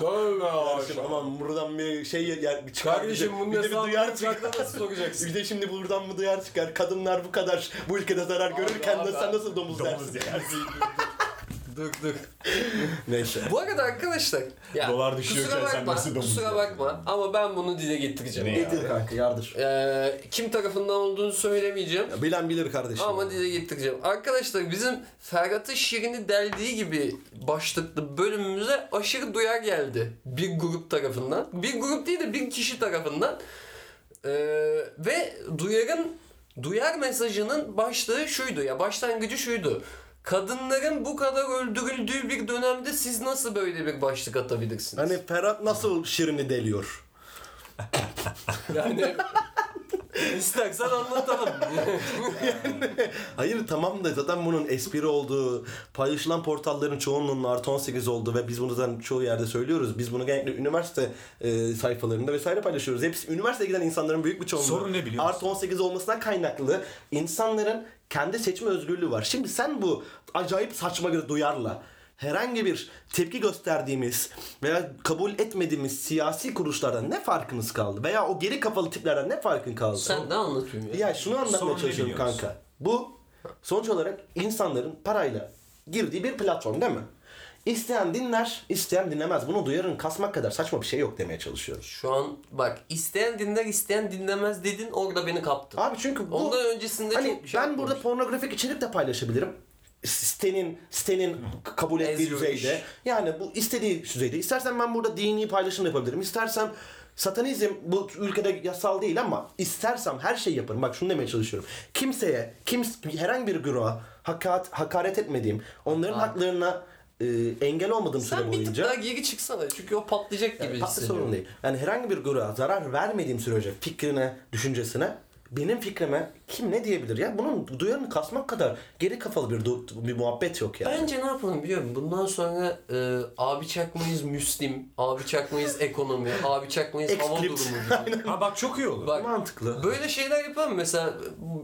[SPEAKER 3] Tövbe
[SPEAKER 1] Kardeşim
[SPEAKER 3] aşağı.
[SPEAKER 1] aman buradan bir şey yani bir çıkar.
[SPEAKER 3] Kardeşim
[SPEAKER 1] bir de,
[SPEAKER 3] bunu
[SPEAKER 1] bir de bir
[SPEAKER 3] hesabını
[SPEAKER 1] duyar
[SPEAKER 3] bıçakla
[SPEAKER 1] çıkar.
[SPEAKER 3] nasıl sokacaksın?
[SPEAKER 1] Bir de şimdi buradan mı duyar çıkar? Kadınlar bu kadar bu ülkede zarar görürken de
[SPEAKER 3] abi.
[SPEAKER 1] sen nasıl domuz, dersin?
[SPEAKER 3] Dur dur.
[SPEAKER 1] Neyse.
[SPEAKER 3] Bu arada arkadaşlar. Ya,
[SPEAKER 2] Dolar düşüyorken
[SPEAKER 3] kusura
[SPEAKER 2] sen
[SPEAKER 3] bakma,
[SPEAKER 2] nasıl domuz
[SPEAKER 3] Kusura
[SPEAKER 2] yapıyorsun?
[SPEAKER 3] bakma ama ben bunu dile getireceğim.
[SPEAKER 2] Ne ya?
[SPEAKER 1] Yedir kanka yardır.
[SPEAKER 3] Ee, kim tarafından olduğunu söylemeyeceğim.
[SPEAKER 1] Ya Bilen bilir kardeşim.
[SPEAKER 3] Ama dile getireceğim. Arkadaşlar bizim Ferhat'ın şirini deldiği gibi başlıklı bölümümüze aşırı duyar geldi. Bir grup tarafından. Bir grup değil de bir kişi tarafından. Ee, ve duyarın duyar mesajının başlığı şuydu ya başlangıcı şuydu. Kadınların bu kadar öldürüldüğü bir dönemde siz nasıl böyle bir başlık atabilirsiniz?
[SPEAKER 1] Hani Ferhat nasıl şirini deliyor?
[SPEAKER 3] yani istersen anlatalım.
[SPEAKER 1] Hayır tamam da zaten bunun espri olduğu, paylaşılan portalların çoğunun artı 18 olduğu ve biz bunu zaten çoğu yerde söylüyoruz. Biz bunu genellikle üniversite e, sayfalarında vesaire paylaşıyoruz. Hepsi üniversiteye giden insanların büyük bir çoğunluğu.
[SPEAKER 2] Sorun ne biliyor musun?
[SPEAKER 1] Artı 18 olmasından kaynaklı insanların kendi seçme özgürlüğü var. Şimdi sen bu acayip saçma bir duyarla herhangi bir tepki gösterdiğimiz veya kabul etmediğimiz siyasi kuruluşlardan ne farkınız kaldı? Veya o geri kafalı tiplerden ne farkın kaldı?
[SPEAKER 3] Sen ne anlatıyorsun ya?
[SPEAKER 1] Ya şunu
[SPEAKER 2] Sorun
[SPEAKER 1] anlatmaya
[SPEAKER 2] ne
[SPEAKER 1] çalışıyorum
[SPEAKER 2] biliyor musun?
[SPEAKER 1] kanka. Bu sonuç olarak insanların parayla girdiği bir platform değil mi? İsteyen dinler, isteyen dinlemez. Bunu duyarın kasmak kadar saçma bir şey yok demeye çalışıyoruz.
[SPEAKER 3] Şu an bak isteyen dinler isteyen dinlemez dedin orada beni kaptın.
[SPEAKER 1] Abi çünkü bu...
[SPEAKER 3] Ondan öncesinde
[SPEAKER 1] hani
[SPEAKER 3] çok bir şey
[SPEAKER 1] ben
[SPEAKER 3] yapmamış.
[SPEAKER 1] burada pornografik içerik de paylaşabilirim. Sitenin, sitenin k- kabul ettiği
[SPEAKER 3] Eziyor
[SPEAKER 1] düzeyde.
[SPEAKER 3] iş.
[SPEAKER 1] Yani bu istediği düzeyde. İstersen ben burada dini paylaşım yapabilirim. İstersem satanizm bu ülkede yasal değil ama istersem her şeyi yaparım. Bak şunu demeye çalışıyorum. Kimseye, kim herhangi bir gruba hakaret, hakaret etmediğim, onların haklarına e, engel olmadığım süre
[SPEAKER 3] Sen bir tık
[SPEAKER 1] boyunca
[SPEAKER 3] daha geri çıksana çünkü o patlayacak
[SPEAKER 1] Tatlı
[SPEAKER 3] gibi
[SPEAKER 1] sorun
[SPEAKER 3] hissediyorum.
[SPEAKER 1] değil. Yani herhangi bir gruba zarar vermediğim sürece fikrine, düşüncesine benim fikrime kim ne diyebilir ya? Bunun duyarını kasmak kadar geri kafalı bir du- bir muhabbet yok yani.
[SPEAKER 3] Bence ne yapalım biliyor musun? Bundan sonra e, abi çakmayız Müslim, abi çakmayız ekonomi, abi çakmayız hava durumu
[SPEAKER 1] Exclibris.
[SPEAKER 3] gibi.
[SPEAKER 2] ha bak çok iyi olur.
[SPEAKER 3] Bak
[SPEAKER 1] Mantıklı.
[SPEAKER 3] Böyle şeyler yapalım mesela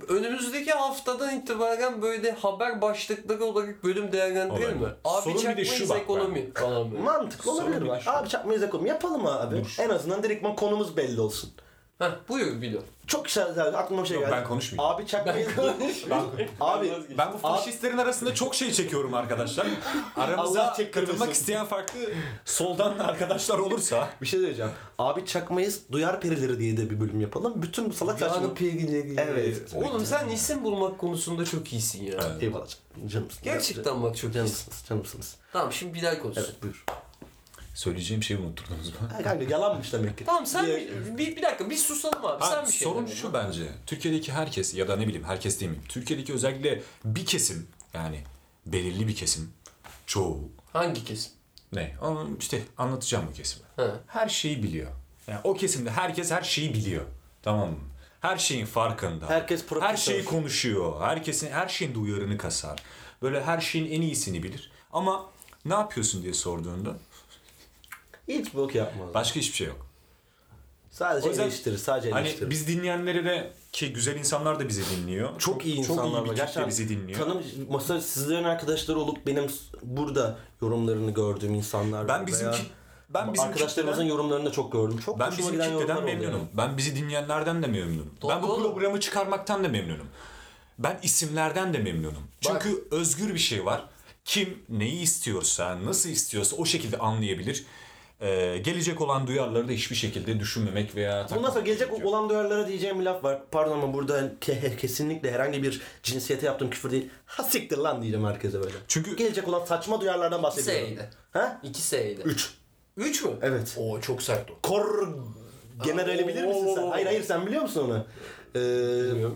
[SPEAKER 3] önümüzdeki haftadan itibaren böyle haber başlıkları olarak bölüm değerlendirelim mi?
[SPEAKER 2] Olabilir.
[SPEAKER 3] Abi
[SPEAKER 2] Sorun bir de
[SPEAKER 3] çakmayız
[SPEAKER 2] şu bak
[SPEAKER 3] ekonomi falan böyle.
[SPEAKER 1] Mantıklı olabilir
[SPEAKER 2] Sorun şey.
[SPEAKER 1] bak. Abi çakmayız ekonomi yapalım abi. En azından direktman konumuz belli olsun.
[SPEAKER 3] Heh, buyur Bilo.
[SPEAKER 1] Çok güzel abi aklıma bir şey
[SPEAKER 2] Yok,
[SPEAKER 1] geldi.
[SPEAKER 2] ben konuşmayayım.
[SPEAKER 1] Abi çakmayı...
[SPEAKER 2] Ben,
[SPEAKER 1] abi
[SPEAKER 2] ben bu faşistlerin arasında çok şey çekiyorum arkadaşlar.
[SPEAKER 1] Allah
[SPEAKER 2] Aramıza
[SPEAKER 1] çektirmesin.
[SPEAKER 2] katılmak isteyen farklı soldan arkadaşlar olursa
[SPEAKER 1] bir şey söyleyeceğim. Abi çakmayız duyar perileri diye de bir bölüm yapalım. Bütün bu salak saçma.
[SPEAKER 3] pilgileri.
[SPEAKER 1] Evet.
[SPEAKER 3] Oğlum sen isim bulmak konusunda çok iyisin ya.
[SPEAKER 2] Evet.
[SPEAKER 1] Eyvallah canım. Canımsın.
[SPEAKER 3] Gerçekten bak çok iyisin.
[SPEAKER 1] Canımsınız, canımsınız.
[SPEAKER 3] Tamam şimdi Bilal konuşsun.
[SPEAKER 1] Evet buyur.
[SPEAKER 2] söyleyeceğim şeyi unutturdunuz bana.
[SPEAKER 1] Ha, kanka yalanmış demek ki.
[SPEAKER 3] Tamam sen
[SPEAKER 1] Diye-
[SPEAKER 3] bir, bir, bir dakika bir susalım abi.
[SPEAKER 2] Ha,
[SPEAKER 3] sen bir şey
[SPEAKER 2] sorun
[SPEAKER 3] söyle.
[SPEAKER 2] şu bence. Türkiye'deki herkes ya da ne bileyim herkes değil mi? Türkiye'deki özellikle bir kesim yani belirli bir kesim çoğu
[SPEAKER 3] Hangi kesim?
[SPEAKER 2] ne? Ama işte anlatacağım bu kesimi.
[SPEAKER 3] He.
[SPEAKER 2] Her şeyi biliyor. Yani o kesimde herkes her şeyi biliyor. Tamam mı? Her şeyin farkında.
[SPEAKER 1] Herkes profesör.
[SPEAKER 2] Her şeyi konuşuyor. Herkesin her şeyin de uyarını kasar. Böyle her şeyin en iyisini bilir. Ama ne yapıyorsun diye sorduğunda
[SPEAKER 1] Hiç bok yapmaz.
[SPEAKER 2] başka hiçbir şey yok.
[SPEAKER 1] Sadece
[SPEAKER 2] O yüzden-
[SPEAKER 1] eleştirir, sadece
[SPEAKER 2] Hani
[SPEAKER 1] eleştirir.
[SPEAKER 2] biz dinleyenlere de ki güzel insanlar da bizi dinliyor.
[SPEAKER 1] çok iyi insanlar
[SPEAKER 2] Çok iyi
[SPEAKER 1] var.
[SPEAKER 2] bir kitle bizi dinliyor.
[SPEAKER 1] Tanım, mesela sizlerin arkadaşları olup benim s- burada yorumlarını gördüğüm insanlar
[SPEAKER 2] ben bizim
[SPEAKER 1] veya
[SPEAKER 2] ki- ben bizim
[SPEAKER 1] arkadaşlarımızın
[SPEAKER 2] kitleden,
[SPEAKER 1] yorumlarını da çok gördüm. Çok
[SPEAKER 2] ben
[SPEAKER 1] hoşuma
[SPEAKER 2] bizim
[SPEAKER 1] giden yorumlar
[SPEAKER 2] kitleden
[SPEAKER 1] oldu
[SPEAKER 2] memnunum.
[SPEAKER 1] yani.
[SPEAKER 2] Ben bizi dinleyenlerden de memnunum.
[SPEAKER 3] Doğru,
[SPEAKER 2] ben bu
[SPEAKER 3] doğru.
[SPEAKER 2] programı çıkarmaktan da memnunum. Ben isimlerden de memnunum. Çünkü özgür bir şey var. Kim neyi istiyorsa, nasıl istiyorsa o şekilde anlayabilir. Ee, gelecek olan duyarları da hiçbir şekilde düşünmemek veya
[SPEAKER 1] Bundan sonra gelecek olan duyarlara diyeceğim bir laf var. Pardon ama burada ke- kesinlikle herhangi bir cinsiyete yaptığım küfür değil. Ha siktir lan diyeceğim herkese böyle.
[SPEAKER 2] Çünkü-
[SPEAKER 1] gelecek olan saçma duyarlardan bahsediyorum.
[SPEAKER 3] S'ydi.
[SPEAKER 1] Ha?
[SPEAKER 3] İki S'ydi.
[SPEAKER 1] Üç.
[SPEAKER 3] Üç mü?
[SPEAKER 1] Evet.
[SPEAKER 3] Oo çok sert o.
[SPEAKER 1] Kor generali bilir misin sen?
[SPEAKER 3] Oo.
[SPEAKER 1] Hayır hayır sen biliyor musun onu? Ee,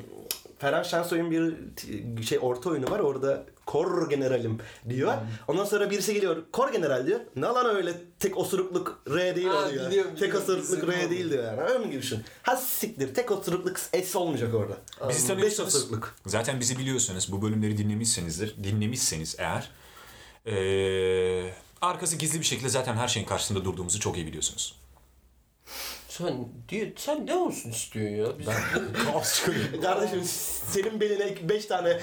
[SPEAKER 1] Ferhan Şensoy'un bir t- şey orta oyunu var orada kor generalim diyor.
[SPEAKER 3] Hmm.
[SPEAKER 1] Ondan sonra birisi geliyor kor general diyor. Ne lan öyle tek osurukluk R değil
[SPEAKER 3] Ha,
[SPEAKER 1] oluyor.
[SPEAKER 3] biliyorum,
[SPEAKER 1] tek
[SPEAKER 3] biliyorum.
[SPEAKER 1] osurukluk
[SPEAKER 3] Bizim
[SPEAKER 1] R
[SPEAKER 3] oldu.
[SPEAKER 1] değil diyor yani. Öyle mi gibi düşün. Ha siktir tek osurukluk S olmayacak orada.
[SPEAKER 2] Bizi
[SPEAKER 1] Beş
[SPEAKER 2] tanıyorsanız,
[SPEAKER 1] osurukluk.
[SPEAKER 2] zaten bizi biliyorsanız, bu bölümleri dinlemişsinizdir, dinlemişseniz eğer, eee, arkası gizli bir şekilde zaten her şeyin karşısında durduğumuzu çok iyi biliyorsunuz.
[SPEAKER 3] Sen, diye, sen ne olsun istiyorsun ya? Biz,
[SPEAKER 2] Kaos çıkarıyor.
[SPEAKER 1] Kardeşim senin beline 5 tane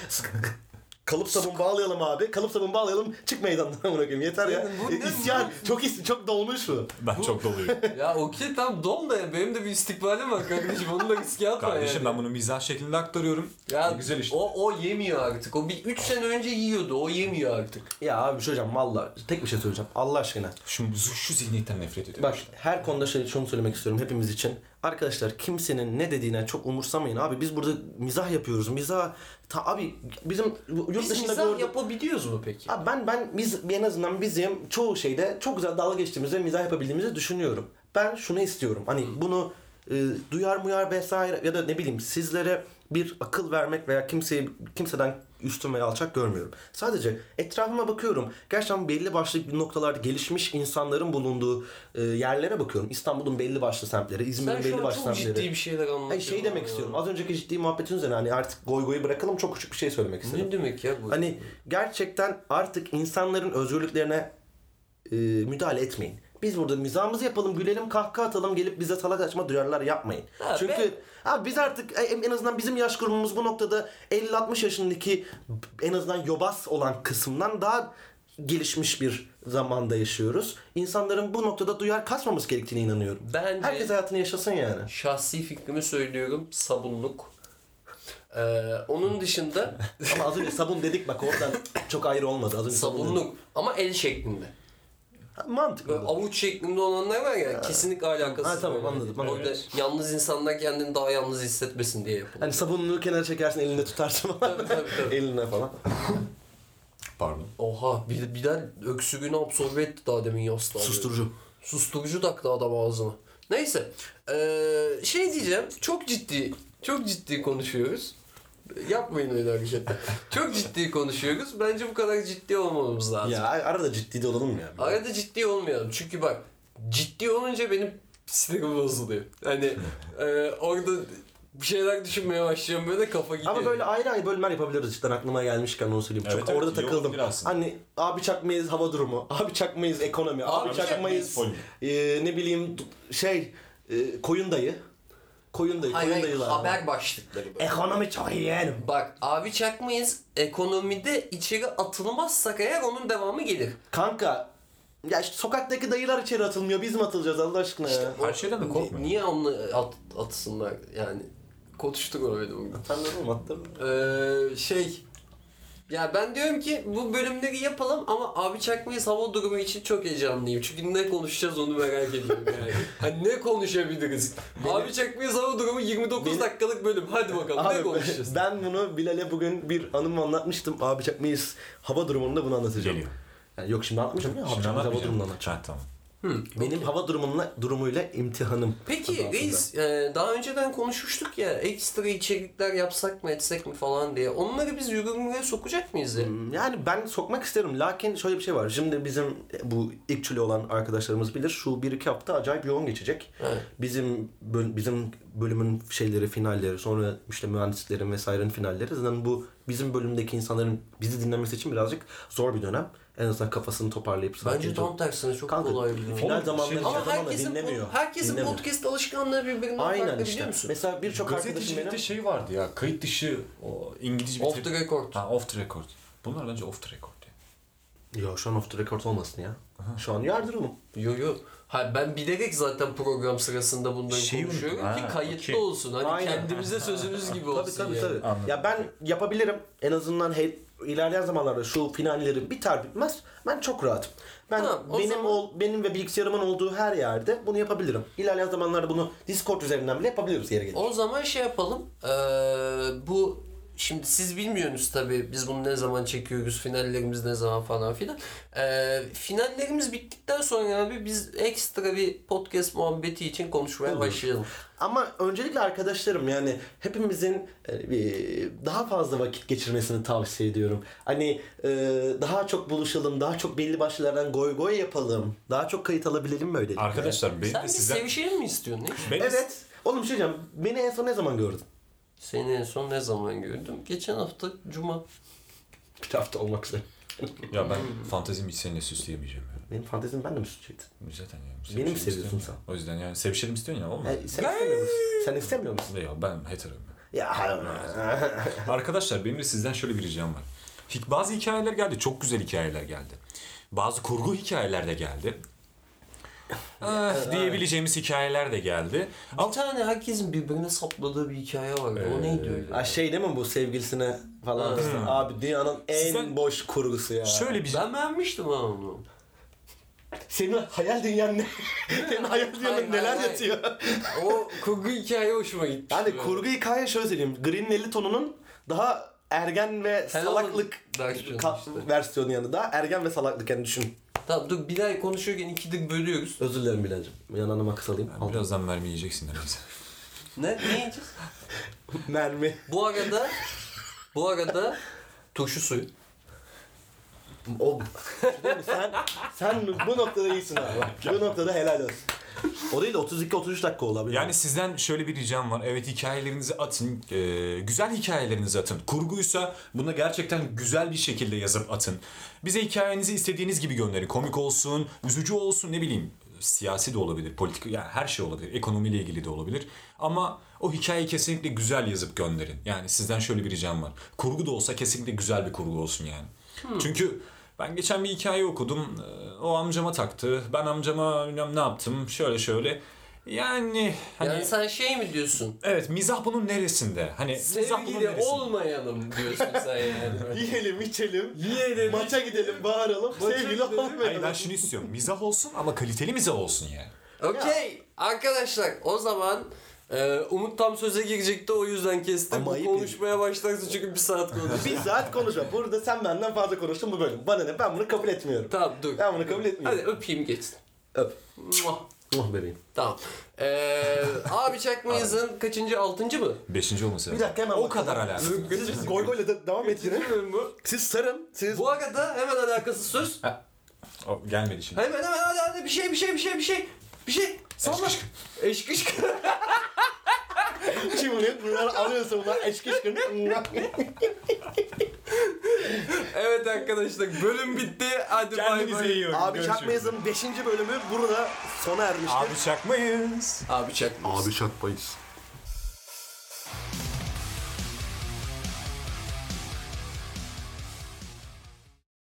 [SPEAKER 1] kalıp sabun bağlayalım abi. Kalıp sabun bağlayalım. Çık meydandan amına koyayım. Yeter ya.
[SPEAKER 3] Bu ne-
[SPEAKER 1] İsyan çok is çok dolmuş bu.
[SPEAKER 2] Ben çok doluyum.
[SPEAKER 3] ya okey tamam don da ya. Benim de bir istikbalim var kardeşim. Onu da riske atma
[SPEAKER 2] Kardeşim
[SPEAKER 3] yani.
[SPEAKER 2] ben bunu mizah şeklinde aktarıyorum.
[SPEAKER 3] Ya
[SPEAKER 2] Ne güzel işte.
[SPEAKER 3] O, o yemiyor artık. O bir 3 sene önce yiyordu. O yemiyor artık.
[SPEAKER 1] Ya abi bir şey hocam valla tek bir şey söyleyeceğim. Allah aşkına.
[SPEAKER 2] Şu, şu, şu zihniyetten nefret ediyorum.
[SPEAKER 1] Bak her konuda şey, şunu söylemek istiyorum hepimiz için. Arkadaşlar kimsenin ne dediğine çok umursamayın abi. Biz burada mizah yapıyoruz. Mizah ta, abi bizim bu- yurt
[SPEAKER 3] Biz
[SPEAKER 1] dışında
[SPEAKER 3] mizah
[SPEAKER 1] gördük.
[SPEAKER 3] yapabiliyoruz mu peki?
[SPEAKER 1] Abi ben ben biz en azından bizim çoğu şeyde çok güzel dalga geçtiğimizde mizah yapabildiğimizi düşünüyorum. Ben şunu istiyorum. Hani bunu e, duyar muyar vesaire ya da ne bileyim sizlere bir akıl vermek veya kimseyi kimseden üstün veya alçak görmüyorum. Sadece etrafıma bakıyorum. Gerçekten belli başlı noktalarda gelişmiş insanların bulunduğu e, yerlere bakıyorum. İstanbul'un belli başlı semtleri, İzmir'in
[SPEAKER 3] Sen
[SPEAKER 1] belli
[SPEAKER 3] şu an
[SPEAKER 1] başlı
[SPEAKER 3] çok
[SPEAKER 1] semtleri.
[SPEAKER 3] ciddi bir şeyler anlatıyorsun.
[SPEAKER 1] Ay, şey demek
[SPEAKER 3] Ya.
[SPEAKER 1] istiyorum. Az önceki ciddi muhabbetin üzerine hani artık goy goyu bırakalım çok küçük bir şey söylemek istedim.
[SPEAKER 3] Ne demek ya bu?
[SPEAKER 1] Hani gerçekten artık insanların özgürlüklerine e, müdahale etmeyin. Biz burada mizahımızı yapalım, gülelim, kahkaha atalım, gelip bize salak açma duyarlar yapmayın.
[SPEAKER 3] Ha,
[SPEAKER 1] Çünkü abi biz artık e, en azından bizim yaş grubumuz bu noktada 50-60 yaşındaki en azından yobaz olan kısımdan daha gelişmiş bir zamanda yaşıyoruz. İnsanların bu noktada duyar kasmamız gerektiğine inanıyorum.
[SPEAKER 3] Bence-
[SPEAKER 1] Herkes hayatını yaşasın yani.
[SPEAKER 3] Şahsi fikrimi söylüyorum. Sabunluk. Ee, onun dışında
[SPEAKER 1] Ama az önce sabun dedik bak oradan çok ayrı olmadı. Az önce sabun dedik.
[SPEAKER 3] sabunluk ama el şeklinde.
[SPEAKER 1] Ha, Mantıklı.
[SPEAKER 3] Böyle avuç şeklinde olanlar var ya kesinlikle alakası.
[SPEAKER 1] Ha, tamam,
[SPEAKER 3] yok.
[SPEAKER 1] anladım, anladım.
[SPEAKER 3] Orada yalnız insanlar kendini daha yalnız hissetmesin diye yapılıyor.
[SPEAKER 1] Hani sabununu kenara çekersin elinde tutarsın falan.
[SPEAKER 3] tabii, tabii.
[SPEAKER 1] Eline falan.
[SPEAKER 2] Pardon.
[SPEAKER 3] Oha bir, birden öksürüğünü absorbe etti daha demin yastığa.
[SPEAKER 1] Susturucu.
[SPEAKER 3] Susturucu taktı adam ağzına. Neyse. Ee, şey diyeceğim. Çok ciddi. Çok ciddi konuşuyoruz. Yapmayın öyle hareketler. çok ciddi konuşuyoruz. Bence bu kadar ciddi olmamamız lazım.
[SPEAKER 1] Ya ar- arada ciddi de olalım ya.
[SPEAKER 3] Arada ciddi olmayalım. Çünkü bak ciddi olunca benim sinirim bozuluyor. Hani e, orada bir şeyler düşünmeye başlıyorum böyle kafa gidiyor.
[SPEAKER 1] Ama böyle ayrı ayrı bölümler yapabiliriz cidden aklıma gelmişken onu söyleyeyim. Çok
[SPEAKER 2] Evet, evet,
[SPEAKER 1] orada
[SPEAKER 2] iyi
[SPEAKER 1] takıldım.
[SPEAKER 2] olabilir aslında.
[SPEAKER 1] Hani abi çakmayız hava durumu, abi çakmayız ekonomi, abi,
[SPEAKER 3] Abi
[SPEAKER 1] çakmayız
[SPEAKER 2] çakmayız
[SPEAKER 1] e, ne bileyim d- şey e, koyun dayı. Koyun dayı,
[SPEAKER 3] Hayır,
[SPEAKER 1] koyun
[SPEAKER 3] hayır,
[SPEAKER 1] dayılar.
[SPEAKER 3] haber başlıkları böyle.
[SPEAKER 1] Ekonomi çok iyi yani.
[SPEAKER 3] Bak abi çakmayız ekonomide içeri atılmazsak eğer onun devamı gelir.
[SPEAKER 1] Kanka Ya işte sokaktaki dayılar içeri atılmıyor. Biz mi atılacağız Allah aşkına ya?
[SPEAKER 2] Her şeyden de korkma.
[SPEAKER 3] Ni- Niye onunla at, atsınlar yani? Konuştuk orayı da bugün.
[SPEAKER 1] Atarlar oğlum atarlar.
[SPEAKER 3] Ee, şey ya ben diyorum ki bu bölümleri yapalım ama abi çakmayız hava durumu için çok heyecanlıyım. Çünkü ne konuşacağız onu merak ediyorum yani. hani ne konuşabiliriz? abi çakmayız hava durumu 29
[SPEAKER 1] Benim-
[SPEAKER 3] dakikalık bölüm. Hadi bakalım ne
[SPEAKER 1] Abi
[SPEAKER 3] konuşacağız?
[SPEAKER 1] ben bunu Bilal'e bugün bir anımı anlatmıştım. Abi çak mıyız? Hava durumunda bunu anlatacağım.
[SPEAKER 2] Geliyor.
[SPEAKER 1] Yani yok şimdi anlatmayacağım ya. Abi
[SPEAKER 2] Şimdi
[SPEAKER 1] çak mıyız? hava durumunu
[SPEAKER 2] anlatmayacağım.
[SPEAKER 1] anlatacağım.
[SPEAKER 2] Ha, tamam.
[SPEAKER 1] Benim hava durumuna, durumuyla imtihanım. adı
[SPEAKER 3] Peki
[SPEAKER 1] altında.
[SPEAKER 3] reis e, daha önceden konuşmuştuk ya ekstra içerikler yapsak mı etsek mi falan diye. Onları biz yürürlüğe sokacak mıyız ya?
[SPEAKER 1] Yani ben sokmak isterim. Lakin şöyle bir şey var. Şimdi bizim bu ilkçili olan arkadaşlarımız bilir. Şu 1-2 hafta acayip yoğun geçecek.
[SPEAKER 2] Hmm.
[SPEAKER 3] Evet.
[SPEAKER 1] Bizim böl- bizim bölümün şeyleri, finalleri, sonra işte mühendislerin vesairenin finalleri. Zaten bu bizim bölümdeki insanların bizi dinlemesi için birazcık zor bir dönem. En azından kafasını toparlayıp sakince-
[SPEAKER 3] Bence tam tersine çok
[SPEAKER 1] Kanka,
[SPEAKER 3] kolay bir
[SPEAKER 1] final
[SPEAKER 2] Oğlum,
[SPEAKER 1] zamanları
[SPEAKER 2] şey-
[SPEAKER 1] ama
[SPEAKER 3] Ama
[SPEAKER 1] zaman da
[SPEAKER 3] herkesin,
[SPEAKER 1] dinlemiyor.
[SPEAKER 3] herkesin
[SPEAKER 1] Dinlemiyor.
[SPEAKER 3] podcast alışkanlığı birbirinden
[SPEAKER 1] Aynen
[SPEAKER 3] farklı
[SPEAKER 1] işte.
[SPEAKER 3] biliyor musun?
[SPEAKER 1] Mesela birçok arkadaşım benim...
[SPEAKER 2] Gazetecilikte şey vardı ya. Kayıt dışı o İngilizce bir
[SPEAKER 3] Off
[SPEAKER 2] tek-
[SPEAKER 3] the record.
[SPEAKER 2] Ha, off the record. Bunlar bence off the record. ya.
[SPEAKER 1] Ya şu an off the record olmasın ya. Şu an yardırımım.
[SPEAKER 3] Yo yo. Ha, ben bilerek zaten program sırasında bunları
[SPEAKER 1] Şey
[SPEAKER 2] Şeyi
[SPEAKER 3] konuşuyorum
[SPEAKER 2] unuttum.
[SPEAKER 3] ki
[SPEAKER 2] Ha,
[SPEAKER 3] kayıtlı
[SPEAKER 2] okey.
[SPEAKER 3] olsun. Hani
[SPEAKER 1] Aynen.
[SPEAKER 3] kendimize sözümüz gibi
[SPEAKER 1] Tabii
[SPEAKER 3] olsun
[SPEAKER 1] tabii
[SPEAKER 3] yani.
[SPEAKER 1] tabii.
[SPEAKER 2] Anladım.
[SPEAKER 1] Ya ben yapabilirim. En azından he, ilerleyen zamanlarda şu finallerim biter bitmez ben çok rahatım. Ben
[SPEAKER 3] Tamam, o
[SPEAKER 1] benim
[SPEAKER 3] zaman-
[SPEAKER 1] ol, benim ve bilgisayarımın olduğu her yerde bunu yapabilirim. İlerleyen zamanlarda bunu Discord üzerinden bile yapabiliriz yeri gelince.
[SPEAKER 3] O zaman şey yapalım. Ee, bu şimdi siz bilmiyorsunuz tabii biz bunu ne zaman çekiyoruz, finallerimiz ne zaman falan filan. Ee, finallerimiz bittikten sonra abi biz ekstra bir podcast muhabbeti için konuşmaya
[SPEAKER 1] Olur.
[SPEAKER 3] başlayalım.
[SPEAKER 1] Ama öncelikle arkadaşlarım yani hepimizin e, bir- daha fazla vakit geçirmesini tavsiye ediyorum. Hani e, daha çok buluşalım, daha çok belli başlardan goy goy yapalım. Daha çok kayıt alabilelim mi öyle?
[SPEAKER 2] Arkadaşlar benim
[SPEAKER 3] Sen
[SPEAKER 2] de
[SPEAKER 3] bir
[SPEAKER 2] sizden...
[SPEAKER 3] sevişelim mi istiyorsun? Ne?
[SPEAKER 2] Benim de-
[SPEAKER 1] Evet. Oğlum bir şey diyeceğim. Beni en son ne zaman gördün?
[SPEAKER 3] Seni en son ne zaman gördüm? Geçen hafta Cuma.
[SPEAKER 1] Bir hafta olmak üzere.
[SPEAKER 2] Ya ben fantezimi hiç seninle süsleyemeyeceğim ya.
[SPEAKER 1] Benim fantezim ben de mi suçluydun?
[SPEAKER 2] Zaten yani.
[SPEAKER 1] Beni mi
[SPEAKER 2] sevişelim
[SPEAKER 1] seviyorsun
[SPEAKER 2] istemiyorum. O yüzden yani sevişelim istiyorsun ya olmaz.
[SPEAKER 1] E, sen istemiyor musun? Sen istemiyor musun?
[SPEAKER 2] Ya ben heteroyum.
[SPEAKER 1] Ya hayır.
[SPEAKER 2] Arkadaşlar benim de sizden şöyle bir ricam var. Hi- Bazı hikayeler geldi. Çok güzel hikayeler geldi. Bazı kurgu hikayeler de geldi. Ah, diyebileceğimiz hikayeler de geldi.
[SPEAKER 3] Bir tane herkesin birbirine sapladığı bir hikaye vardı. o neydi öyle?
[SPEAKER 1] Ay şey değil mi bu sevgilisine falan
[SPEAKER 3] Hmm.
[SPEAKER 1] işte, abi dünyanın en
[SPEAKER 2] Sizden-
[SPEAKER 1] boş kurgusu ya.
[SPEAKER 2] Şöyle bir
[SPEAKER 3] Ben beğenmiştim ha onu.
[SPEAKER 1] Senin hayal dünyan ne? Senin hayal
[SPEAKER 3] Hayır,
[SPEAKER 1] dünyanın neler
[SPEAKER 3] hayır,
[SPEAKER 1] yatıyor?
[SPEAKER 3] O kurgu hikaye hoşuma gitti.
[SPEAKER 1] Yani kurgu hikaye şöyle söyleyeyim. Green'in 50 tonunun daha ergen ve
[SPEAKER 3] Helal
[SPEAKER 1] salaklık
[SPEAKER 3] versiyonu
[SPEAKER 1] ka-
[SPEAKER 3] işte.
[SPEAKER 1] versiyonu yani daha ergen ve salaklık yani düşün.
[SPEAKER 3] Tamam dur bir ay konuşurken ikidir bölüyoruz.
[SPEAKER 1] Özür dilerim Bilal'cim. Yanağıma kısalayım.
[SPEAKER 2] Yani birazdan mermi yiyeceksin herhalde.
[SPEAKER 3] Ne? Ne yiyeceğiz?
[SPEAKER 1] Mermi.
[SPEAKER 3] bu arada bu arada turşu suyu.
[SPEAKER 1] O Değil mi? sen sen bu noktada iyisin abi. Bu noktada helal olsun. O değil de 32 33 dakika olabilir.
[SPEAKER 2] Yani sizden şöyle bir ricam var. Evet hikayelerinizi atın. Ee, güzel hikayelerinizi atın. Kurguysa bunu gerçekten güzel bir şekilde yazıp atın. Bize hikayenizi istediğiniz gibi gönderin. Komik olsun, üzücü olsun ne bileyim. Siyasi de olabilir, politik yani her şey olabilir. Ekonomiyle ilgili de olabilir. Ama o hikayeyi kesinlikle güzel yazıp gönderin. Yani sizden şöyle bir ricam var. Kurgu da olsa kesinlikle güzel bir kurgu olsun yani. Çünkü ben geçen bir hikaye okudum. Ee, O amcama taktı. Ben amcama bilmem ne yaptım. Şöyle şöyle. Yani hani
[SPEAKER 3] Yani sen şey mi diyorsun?
[SPEAKER 2] evet mizah bunun neresinde? Hani mizah bunun
[SPEAKER 3] Sevgili
[SPEAKER 2] neresinde?
[SPEAKER 3] olmayalım diyorsun sen yani.
[SPEAKER 1] yiyelim, içelim,
[SPEAKER 3] Yiyelim.
[SPEAKER 1] maça gidelim, bağıralım, sevgili
[SPEAKER 3] gidelim.
[SPEAKER 2] Hayır ben
[SPEAKER 1] olmayalım.
[SPEAKER 2] şunu istiyorum. Mizah olsun ama kaliteli mizah olsun yani.
[SPEAKER 3] Okey arkadaşlar o zaman e, Umut tam söze girecekti o yüzden kestim.
[SPEAKER 1] Ama
[SPEAKER 3] Bu
[SPEAKER 1] ayıp
[SPEAKER 3] konuşmaya başlarsa çünkü bir saat konuşuruz.
[SPEAKER 1] Bir saat konuşma. Burada sen benden fazla konuştun bu bölüm. Bana ne? Ben bunu kabul etmiyorum.
[SPEAKER 3] tamam dur.
[SPEAKER 1] Ben bunu kabul
[SPEAKER 3] Hadi
[SPEAKER 1] etmiyorum.
[SPEAKER 3] öpeyim geçsin.
[SPEAKER 1] Öp.
[SPEAKER 3] Muah.
[SPEAKER 1] Oh bebeğim.
[SPEAKER 3] Tamam. Ee, abi çakmayızın kaçıncı? Altıncı mı?
[SPEAKER 2] Beşinci olması
[SPEAKER 1] Bir
[SPEAKER 2] lazım.
[SPEAKER 1] dakika hemen
[SPEAKER 2] O
[SPEAKER 1] bakalım.
[SPEAKER 2] kadar alakası.
[SPEAKER 1] Siz goy goyla da devam et yine.
[SPEAKER 3] bu.
[SPEAKER 1] Siz sarın. Siz
[SPEAKER 3] Bu arada hemen alakasız söz.
[SPEAKER 2] O gelmedi şimdi.
[SPEAKER 3] Hemen hemen hadi hadi bir şey bir şey bir şey bir şey. Bir şey. Salla. Eşk eşk.
[SPEAKER 1] kimlik bunları alıyorsun bunlar eşkişkin.
[SPEAKER 3] evet arkadaşlar bölüm bitti. Hadi bay
[SPEAKER 2] Kendinize iyi
[SPEAKER 3] bay.
[SPEAKER 2] bakın.
[SPEAKER 1] Abi
[SPEAKER 2] Görüşürüz.
[SPEAKER 1] Çakma Yazı'nın 5. bölümü burada sona ermiştir.
[SPEAKER 2] Abi çakmayız.
[SPEAKER 3] Abi çakmayız.
[SPEAKER 1] çakmayız.